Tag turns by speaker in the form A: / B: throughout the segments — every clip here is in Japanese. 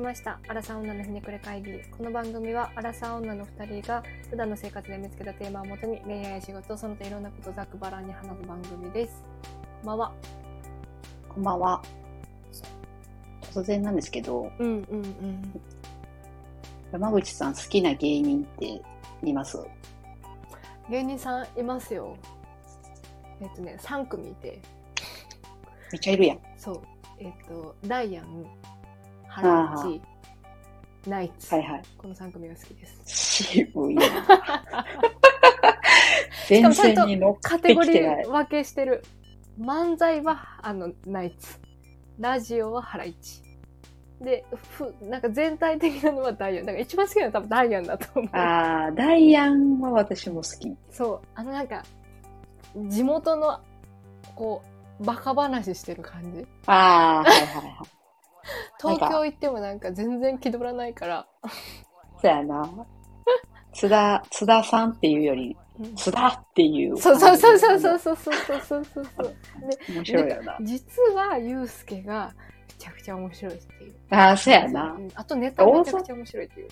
A: ました「アラサー女のひねくれ会議」この番組はアラサー女の2人が普段の生活で見つけたテーマをもとに恋愛や仕事その他いろんなことをざっくばらんに話す番組ですこんばんは
B: こんばんは。突然なんですけど、
A: うんうんうん
B: 山口さん好きな芸人っています
A: 芸人さんいますよえっとね3組いて
B: めっちゃいるやん。
A: そうえっとダイアンハライチナイツ、
B: はいはい。
A: この3組が好きです
B: 渋いな。全然に乗
A: カ
B: っ
A: テ
B: て
A: ゴ
B: き
A: リ
B: てない
A: ー。分けしてる漫才はあのナイツラジオはハライチでふなんか全体的なのはダイアンだから一番好きなのは多分ダイアンだと思う
B: ああ、ダイアンは私も好き。
A: そうあのなんか地元のこうバカ話してる感じ
B: ああ、はいはいはい。
A: 東京行ってもなんか全然気取らないから
B: そうやな。津田、津田さんっていうより、
A: うん
B: 津田っていう。
A: そうそうそうそうそうそうそうそうそうそう
B: 面白いよな。
A: 実はユうスケがめちゃくちゃ面白いっていう
B: ああ、そうやな。
A: んあとネタめちゃくちゃ面白いっていう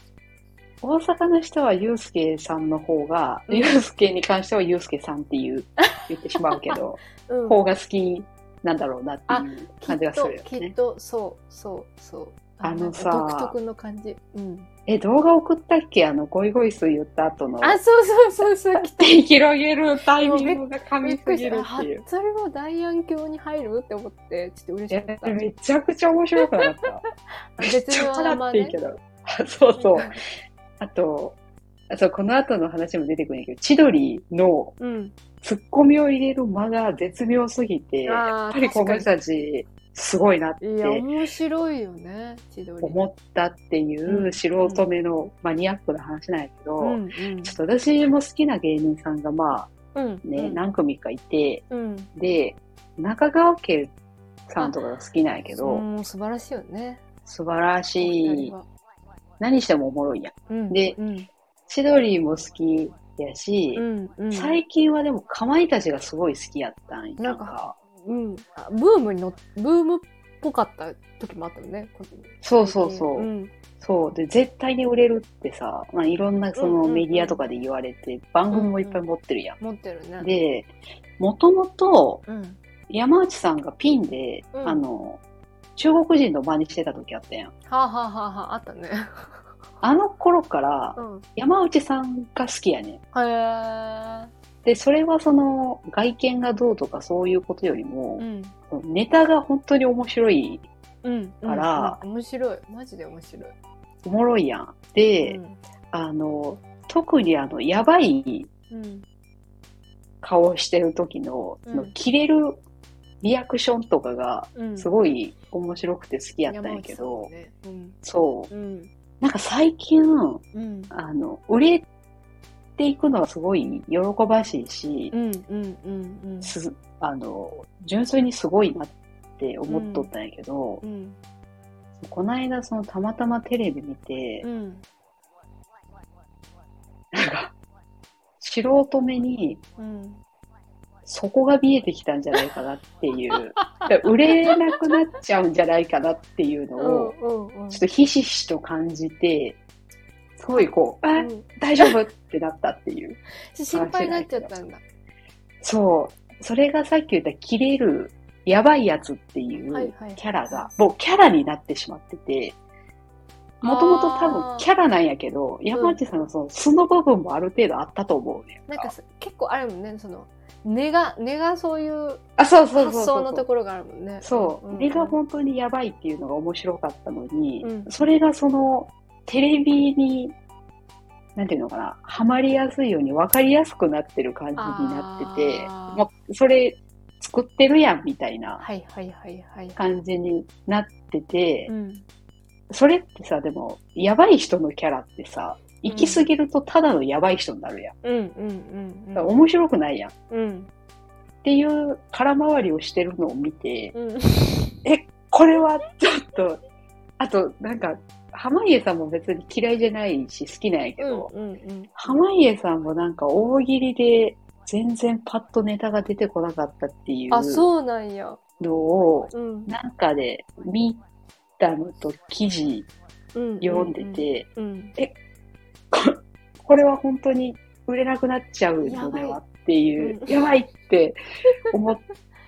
B: 大阪の人はユうスケさんの方が、ユうスケに関してはユうスケさんっていう、言ってしまうけど。
A: うん
B: 方が好きなんだろうなっていう
A: きっ
B: 感じがす
A: と
B: るよ
A: きっ
B: ね。
A: とそうそうそう
B: あのさ
A: なんか独特の感じ、うん、
B: え、動画送ったっけあの、ゴイゴイスー言った後の。
A: あそうそうそうそう きっ
B: 手広げるタイミングが
A: とび
B: 神
A: っく
B: す
A: りし
B: ぎ
A: た
B: る
A: あ
B: っていう。
A: それはダイアン教に入るって思ってちょっと嬉
B: い
A: し
B: や
A: かった
B: めちゃくちゃ面白くな かった。
A: 別
B: めっちゃ
A: の名
B: 笑っ
A: 前
B: ていいけ
A: ね
B: ど。あそうそう。あと、あそうこの後の話も出てくるんだけど、千鳥の
A: うん
B: ツッコミを入れる間が絶妙すぎて、やっ
A: あ
B: ぱ
A: ー
B: り
A: 確
B: この
A: か
B: 人たち、すごいなっ
A: にいや
B: て
A: 面白いよね千鳥
B: 思ったってい
A: うん
B: う素人目のマニアックな話なんやけど、
A: うんうん
B: ちょっと私も好きな芸人さんがま
A: うん
B: あね、
A: うん
B: 何組かいて、
A: うん
B: で、中川家さんとかが好きなんやけど、
A: もう素晴らしいよね
B: 素晴らし
A: お二
B: い
A: 人。は
B: 何してもおもろいやん。
A: うん
B: で
A: うん
B: 千鳥も好きやし、
A: うんうん
B: 最近はでもかまいたちがすごい好きやったんや。
A: なんかうんあブームにのブームっぽかった時もあったよねこ
B: そうそうそう。
A: うん
B: そう。で、絶対に売れるってさ、まあ、いろんなそ
A: うんうん
B: の
A: うん
B: メディアとかで言われて、番組もいっぱい持ってるやん。
A: 持ってるね。
B: で、もともと
A: うん、
B: 山内さんがピンで、
A: うん
B: あの、中国人の真似してた時あったやん。
A: はあ、はあはあはあ、あったね。
B: あの頃から
A: うん。
B: 山内さんが好きやねん。
A: へ
B: で、それはその外見がどうとかそういうことより
A: え。う
B: も、
A: ん。
B: ネタが本当に面白い、
A: うん。
B: から
A: うん面白い。マジで面白い。
B: おもろいやん。で、
A: うん
B: あの、特にあの、やばい
A: うん。
B: 顔してる時の、
A: うん
B: その切れるリアクションとかが、
A: うん。
B: す
A: い
B: ごい面白くて好きやったんやけど、
A: ね、うん。
B: そう
A: う。ん。
B: なんか最近、
A: うん。
B: あの、売れていくのはすごい喜ばしいし
A: う、ん。うん。うん。
B: すあの、純粋にすごいなって思っとったんやけど
A: う、ん。
B: この間そのたまたまテレビ見て
A: う、ん。
B: なんか、素人目に
A: うん。
B: そこが見えてきたんじゃないかなって いう、だから売れなくなっちゃうんじゃないかなっていうのを、
A: うん。うん。
B: ちょっとひしひしと感じて、すごいこう、あ
A: う、ん
B: 大丈夫ってなったっていう。
A: 心配になっちゃったんだ。
B: そう。それがさっき言った切れるやばいやつってい
A: はいは
B: う
A: いはい
B: キャラが、もうキャラになってしまってて、もともと多
A: あー
B: 分キャラなんやけど、山内さんのその素の部分もある程度あったと思うね。
A: なんかさ結構あるもんね、その、根が、根がそういう
B: あ、そうそうそうそう。
A: 発想のところがあるもんね。
B: そう。
A: ん
B: 根が本当にやばいっていうのが面白かったのに、
A: うん
B: それがそのテレビに、なんていうのかな、ハマりやすいように分かりやすくなってる感じになってて、
A: あー
B: もうそれ作ってるやんみたいな
A: はいはいはいはい。
B: 感じになってて、
A: うん。
B: それってさ、でも、やばい人のキャラってさ、行き過ぎるとただのやばい人になるやん。
A: うんうんうん
B: だから面白くないやん。っ
A: うん。うん。
B: ていう空回りをしてるのを見て、
A: うん。
B: これはちょっと、あと、なんか、濱家さんも別に嫌いじゃないし好きなんやけど、
A: うんうんうん、
B: 濱家さんもなんか大喜利で全然パッとネタが出てこなかったっていう
A: あそうなんや、
B: のを、
A: うん、
B: なんかで見たのと記事読んでて、
A: うんうん
B: これは本当に売れなくなっちゃうのではっていう、やばいって思っ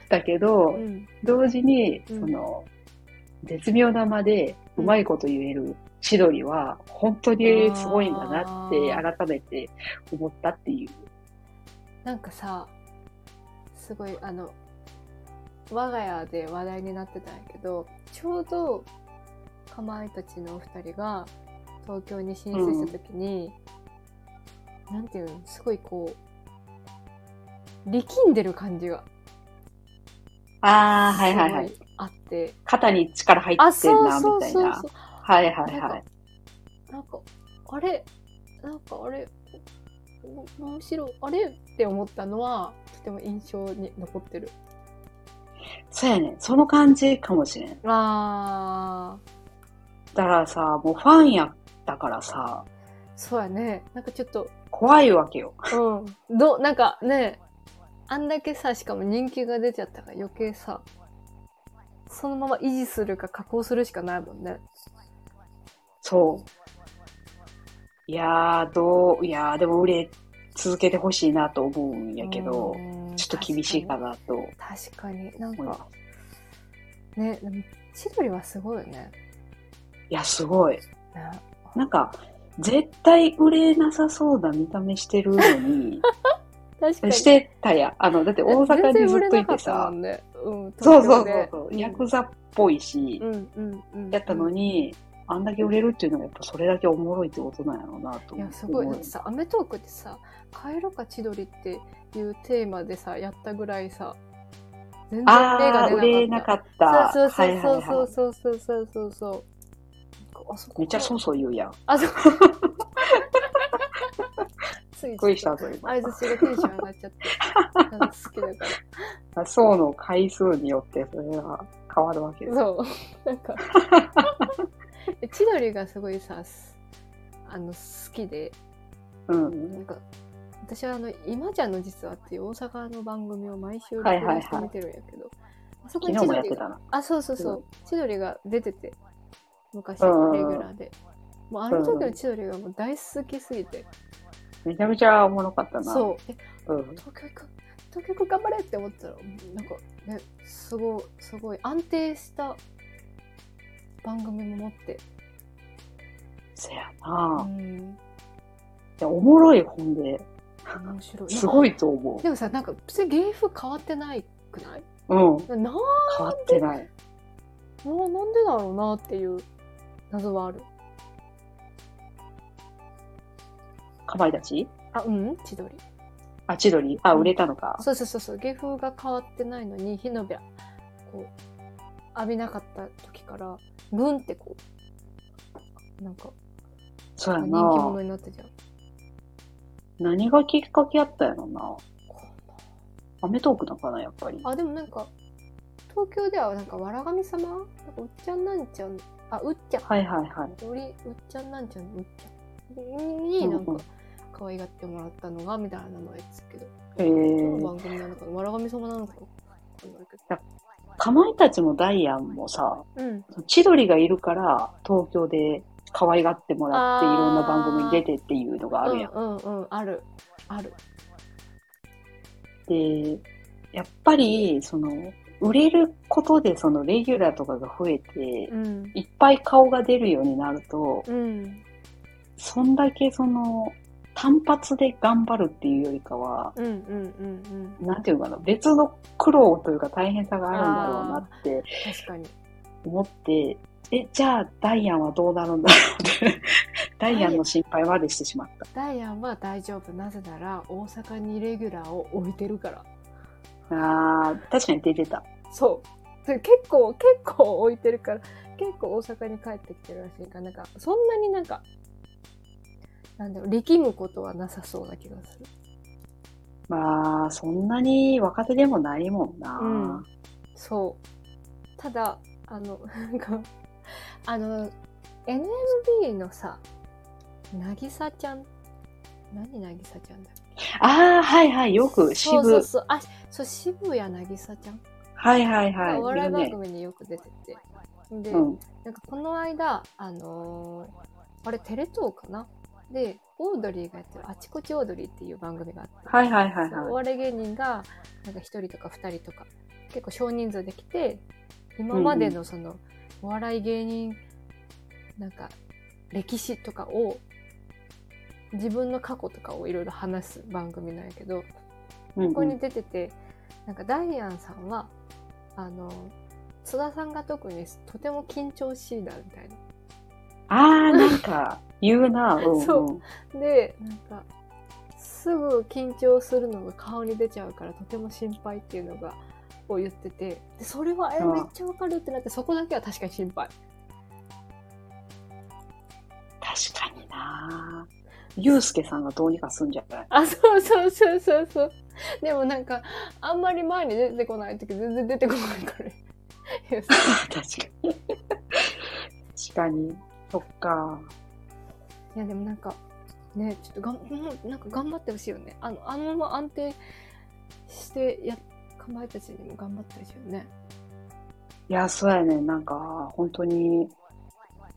B: たけど、
A: うんうん
B: 同時に、
A: うん
B: その、絶妙な間で、うまいこと言える千鳥は、本当にすごいんだなって、
A: あ
B: 改めて思ったっていう。
A: なんかさすごいあの我が家で話題になってたんやけどちょうどかまいたちのお二人が東京に進出した時に、なんていうのすごいこう力んでる感じが
B: ああ、はいはいは
A: す
B: い。
A: ごあって
B: 肩に力入
A: あ
B: ってん
A: そう
B: な、
A: そ
B: み
A: う
B: たい
A: そう
B: な
A: そう。
B: はいはいはい。
A: なんかあれなんかあれむむしろあれって思ったのはとても印象に残ってる
B: そうやね。その感じかもしれん。
A: あー
B: だからさ、もうファンやったからさ、
A: そうやねなんかちょっと
B: 怖いわけよ。
A: うんどうなんかねあんだけさしかも人気が出ちゃったから余計さそのまま維持するか加工するしかないもんね
B: そう。いやー、どう、いやー、でも売れ続けてほしいなと思うんやけど、ちょっと厳しいか
A: な
B: なと
A: 確かに確かになん
B: 思います
A: か。ねでも千鳥はすごいよね
B: いや、すごい。
A: ね
B: なんか、絶対売れなさそうな見た目してるのに、
A: 確かに
B: してたやん。あの、だって大阪にずっといてさ、そうそうそうそう、ヤクザっぽいし、
A: うんうんうん、
B: やったの
A: に。
B: に、あんだけ売れるっていうのはやっぱそれだけおもろいってことなんやろうなと
A: い
B: 思う。
A: やすごいだってさ『アメトーク』ってさ「帰ろうか千鳥」っていうテーマでさやったぐらいさ全
B: あ
A: 例
B: あ、売れなかった。
A: そうそ
B: はいは
A: う
B: い
A: そ
B: は
A: うそうそうそうそうそうそうあそ
B: い。
A: こ
B: めっちゃそうそう言うやん。
A: あ そうつい
B: びっくりしたぞ、
A: あい
B: 今。
A: つがテンション上がっちゃってなんか好きだから
B: そうの回数によってそれが変わるわけです。
A: そう。 なんか。千鳥がすごいさ、すあの、好きで、
B: う。
A: なんんか、私はあの、今ちゃんの実はっていう大阪の番組を毎週録
B: はいはいは
A: 画
B: い
A: して見てるんやけど、あそこ
B: 昨
A: に
B: 日
A: 千
B: もやっ
A: 鳥
B: て
A: が、
B: たな。
A: あ、そうそうそうう、千鳥が出てて、昔、レギ
B: うんうんうん
A: ュラーで。もうあの時の千鳥がもう大好きすぎて、
B: めちゃめちゃおもろかったな。
A: そう、え、
B: う。うん。
A: 東京行く東京行く頑張れって思ってたらなんかねすごいすごい安定した番組も持って、
B: せや
A: う
B: な、い
A: ん、
B: やおもろい本で、
A: 面白い
B: すご
A: い
B: いと思。
A: でもさなんか別に芸風変わってないくないう
B: うん。
A: なな
B: 変わってない。
A: もうなんでだろうなっていう謎はある
B: かまいたち
A: あうん千鳥
B: あ、千鳥あ、売れたのか。
A: そうそうそうそう芸風が変わってないのに火のびゃこう浴びなかった時からブンってこうなんか
B: そうや
A: 人気
B: な
A: 者になったじゃん
B: 何がきっかけやったんやろな。アメトークだから、やっぱり。
A: あでもなんか東京ではなんかわらがみ様なんかうっちゃんなんちゃんあうっちゃん
B: はいはいはい。
A: よりうっちゃんなんちゃんのうっちゃんになん
B: うん
A: か
B: うん
A: 可愛がってもらったのがみたいな名前ですけど、
B: え
A: どの
B: ー、
A: 番組なのかなわらがみ様なのかわかんないけど
B: かまいたちもダイアンもさ、
A: うん
B: 千鳥がいるから、東京で可愛がってもらって、い
A: あー
B: ろんな番組に出てっていうのがあるやん。
A: うんうんうんあるある
B: で、やっぱり、その、売れることで、その、レギュラーとかが増えて、
A: うん
B: いっぱい顔が出るようになると、
A: うん
B: そんだけその、単発で頑張るっていうよりかは、
A: うんうんうんうん
B: なんていうのかな、別の苦労というか大変さがあるんだろうなって
A: 確かに
B: 思って、え、じゃあダイアンはどうなるんだろうって、 ダイアンの心配までしてしまった。
A: ダイアンは大丈夫なぜなら大阪にレギュラーを置いてるから
B: あー、確かに出てた。
A: そう。で結構、結構置いてるから、結構大阪に帰ってきてるらしいから、なんか、そんなになんか、なんだろう、力むことはなさそうな気がする。
B: まあ、そんなに若手でもないもんな。
A: うんそう。ただ、あの、 なんか、あの、NMB のさ、なぎさちゃん。何なぎさちゃんだっけ
B: あー、はいはい、よく渋。
A: そうそうそう。あ、そう、渋谷なぎさちゃん。
B: はいはい
A: お
B: はい。い
A: 笑い
B: る
A: 番
B: ね。
A: 組によく出てて、で、
B: うん。
A: なんかこの間、あのーあれテレ東かなで、オードリーがやってる「あちこちオードリー」っていう番組があって、
B: はいはいはい
A: そうお
B: はい。
A: 笑い芸人がなんか1人とか2人とか結構少人数で来て今までのそのお笑い芸人なんか歴史とかを自分の過去とかをいろいろ話す番組なんやけど、
B: うんうん
A: ここに出てて、なんかダイアンさんは、あの、津田さんが特にとても緊張しいだみたいな。
B: ああ、なん か、言うな。うんうん、
A: そうで、なんか、すぐ緊張するのが顔に出ちゃうからとても心配っていうのが、を言ってて、でそれは、え、
B: ああ
A: めっちゃわかるってなって、そこだけは確かに心配。
B: 確かにな。ゆうすけさんがどうにかすんじゃない
A: あ、そうそうそうそうそう。でもなんか、あんまり前に出てこない時全然出てこないから。いや
B: 確かに。確かに。そっか。
A: いやでもなんかねちょっとがんもうなんか頑張ってほしいよねあのあのまま安定してやかまいたちにも頑張ってほしいよね
B: いや、そうやね。なんか、本当に、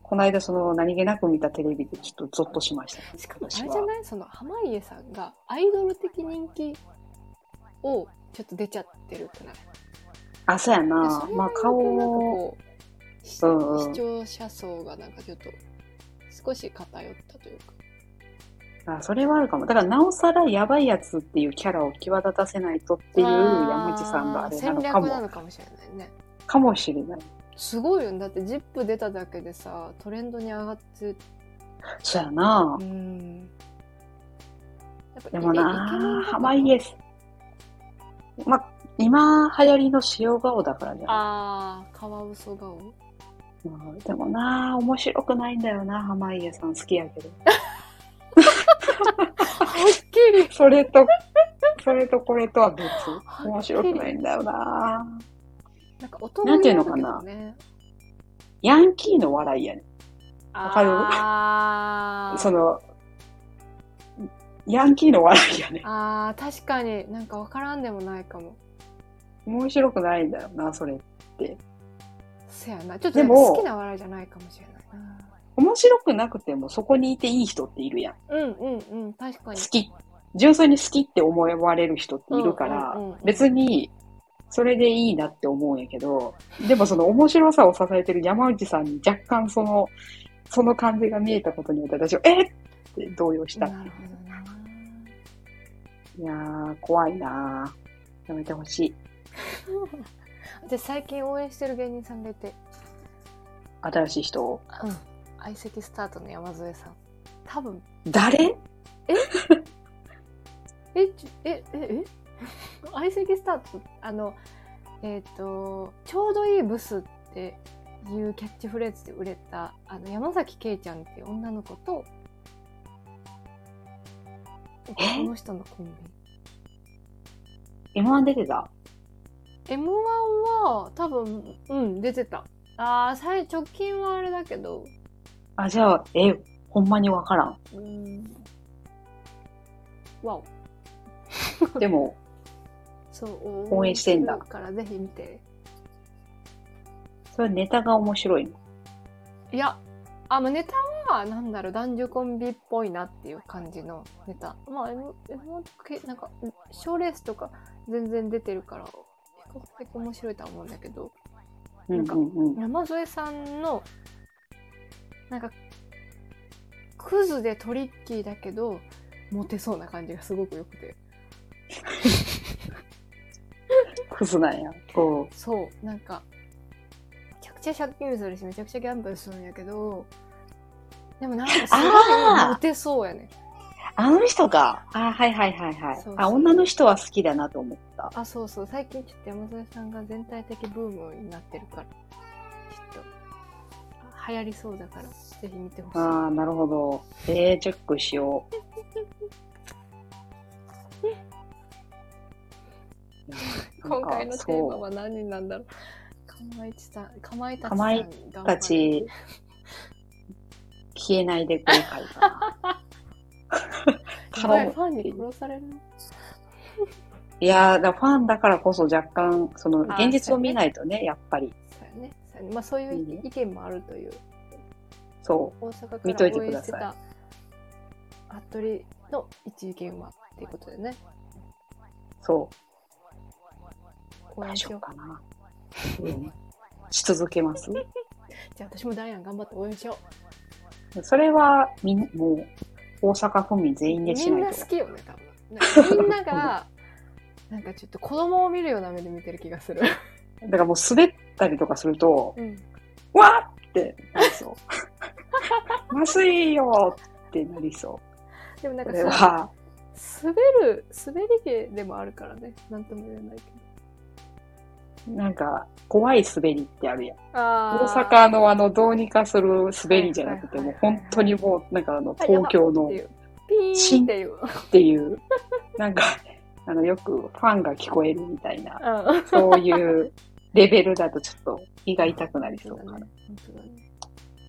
B: この間その何気なく見たテレビでちょっとゾッとしました、
A: しかもあ
B: 私
A: れ
B: は
A: じゃないその濱家さんがアイドル的人気をちょっと出ちゃってるくない
B: あ、そうやな
A: そ。れ
B: まあ、
A: によ
B: 顔
A: ってなんか
B: を、
A: こうし
B: うんうん
A: 視聴者層がなんかちょっと少し偏ったというか
B: あそれはあるかも。だから、なおさらやばいやつっていうキャラを際立たせないとっていう山内さんがあれなのか
A: 戦略な
B: も、
A: のかもしれないね
B: かもしれない。
A: すごいよねだって「ZIP!」出ただけでさトレンドに上がって
B: そうやな
A: う。んやっぱ
B: でも
A: イケメン
B: な
A: と、か
B: 濱家さん。まあ、今流行りの塩顔だからじゃない
A: ああ、カワウソ顔
B: うんでもな、面白くないんだよな、濱家さん好きやけど。
A: はっきり
B: それと、 それとこれとは別。
A: り
B: 面白くないんだよな。
A: なんか男
B: なんていうのかなヤンキーの笑いやね。
A: わ
B: かる
A: あー
B: その、ヤンキーの笑いやね。
A: あー、確かになんかわからんでもないかも。
B: 面白くないんだよな、それ。
A: せやな。ちょっとね
B: でも
A: 好きな笑いじゃないかもしれないな。
B: 面白くなくてもそこにいていい人っているやん。
A: うんうんうん、確か
B: 好
A: に。
B: き。純粋に好きって思われる人っているから、
A: うんうんうん
B: 別に、それでいいなって思うんやけど、でもその面白さを支えてる山内さんに若干その、その感じが見えたことによって私は、えっって動揺した。
A: なるほどな。
B: いやー、怖いなー。やめてほしい。
A: で最近応援してる芸人さんがいて、
B: 新しい人を。
A: うん、相席スタートの山添さん。多分
B: 誰
A: えちえええ相席スタートあのえっ、と「ちょうどいいブス」っていうキャッチフレーズで売れたあの山崎ケイちゃんっていう女の子と
B: え
A: この人のコンビ
B: ?M1 出てた
A: m 1は多分うん出てたあー最直近はあれだけど
B: あ、じゃあ、え、ほんまにわからん。
A: うんわお
B: でも、
A: そう
B: 応援してんだ
A: 応援するからぜひ見て
B: それはネタが面白いの。
A: いや、あ、まあ、ネタは、なんだろう、男女コンビっぽいなっていう感じのネタ。まあ、M、M1 系なんか、賞レースとか全然出てるから、比較的面白いとは思うんだけど、
B: う ん
A: なんか
B: うんうん。
A: 山添さんの、なんか、クズでトリッキーだけど、モテそうな感じがすごく良くて。
B: クズなんや。こ
A: そう、なんか、めちゃくちゃ借金するし、めちゃくちゃギャンブルするんやけど、でもなんかすご
B: あ
A: い
B: ー
A: モテそうやね。
B: う。あの人か。あ、はいはいはいはい。
A: そうそう
B: あ、女の人は好きだなと思った。
A: あそうそう最近ちょっと山添さんが全体的ブームになってるからちょっと流行りそうだからぜひ見てほしい
B: あー、なるほど。えー、チェックしよ う。
A: 今回のテーマ
B: は。
A: は何人なんだろうかまいちさんかまいたちさん
B: かまい
A: 頑張
B: た
A: る
B: ち、消えないで後悔かな。
A: や
B: 頼
A: ばい
B: む
A: ファンに殺される
B: いやーだからファンだからこそ若干、その
A: あー
B: 現実を見ないとね、やっぱり。
A: そうやねさいね。まあそうい
B: いいうね
A: 意見もあるという。
B: そ
A: 大阪か
B: 見と
A: ら
B: いて
A: 応
B: く
A: 援
B: だ
A: して
B: さい
A: た服部の一意見はっていうことでね。
B: う、そ
A: 応
B: う、
A: 援
B: 大
A: し
B: 丈
A: よ
B: 夫
A: う。
B: かな。うん、し続けます
A: じゃあ私もダイアン頑張って応援しよ
B: それはみん、もう、大阪府民全
A: う。
B: 員
A: み
B: でし
A: ん
B: な
A: ない
B: と
A: 好。きよね、多分。なんかみんなが、なんかちょっと子供を見るような目で見てる気がする。
B: だからもう滑ったりとかすると、
A: うん。
B: うわーってなりそう。まずいよってなりそ
A: でもなん
B: う。こ
A: かさ、
B: れは、
A: 滑る、滑り芸でもあるからね。なんとも言えないけ
B: なんか、怖い滑りってあるやん。
A: ど。あ
B: 大
A: ー
B: 阪のあの、どうにかする滑りじゃなくて、
A: はい
B: も
A: はいうはいはい
B: 本当にもう、なんかあの、
A: あやば
B: 東京の
A: っていうピーンっていう。
B: って いう、なんか、あの、よくファンが聞こえるみたいな、
A: うん。
B: そういうレベルだとちょっと胃が痛くなりそうか
A: だ
B: ら
A: ね。。本当だね。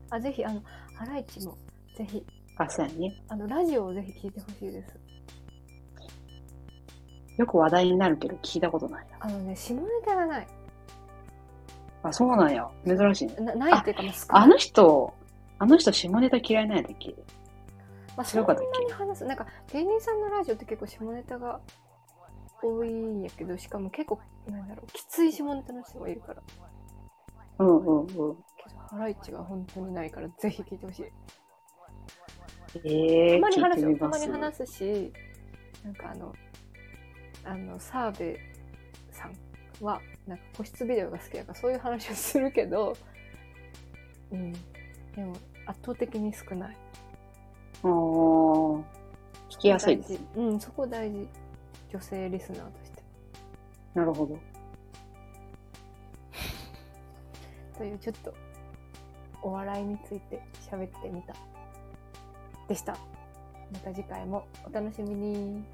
A: あ、ぜひ、あの、ハライチも、ぜひ、
B: あ、そうやね。
A: あの、ラジオをぜひ聞いてほしいです。
B: よく話題になるけど聞いたことないな。
A: あのね、下ネタがない。
B: あ、そうなんや。珍しいね。
A: なないっていうか、まあ、少
B: あ
A: ない。
B: の人、あの人下ネタ嫌いなんやったっけ
A: まあ、そ
B: 強
A: ん
B: か
A: な
B: ったっけ
A: に話す。なんか、芸人さんのラジオって結構下ネタが多いんやけど、しかも結構、なんだろう、きつい下ネタの人がいるから。
B: うんうんうん。
A: けど、ハライチは本当にないから、ぜひ聞いてほしい。
B: え
A: た
B: えー、
A: まに
B: 聞い
A: 話
B: て
A: す
B: み
A: よ。た
B: ま。
A: ますに話すし、なんかあの、あの、澤部さんは、なんか個室ビデオが好きだから、そういう話をするけど、うん。でも、圧倒的に少ない。
B: あー聞きやすいです
A: 大。事うん、そこ大事。女性リスナーとして。
B: なるほど。
A: という、ちょっと、お笑いについて喋ってみた。でした。また次回もお楽しみに。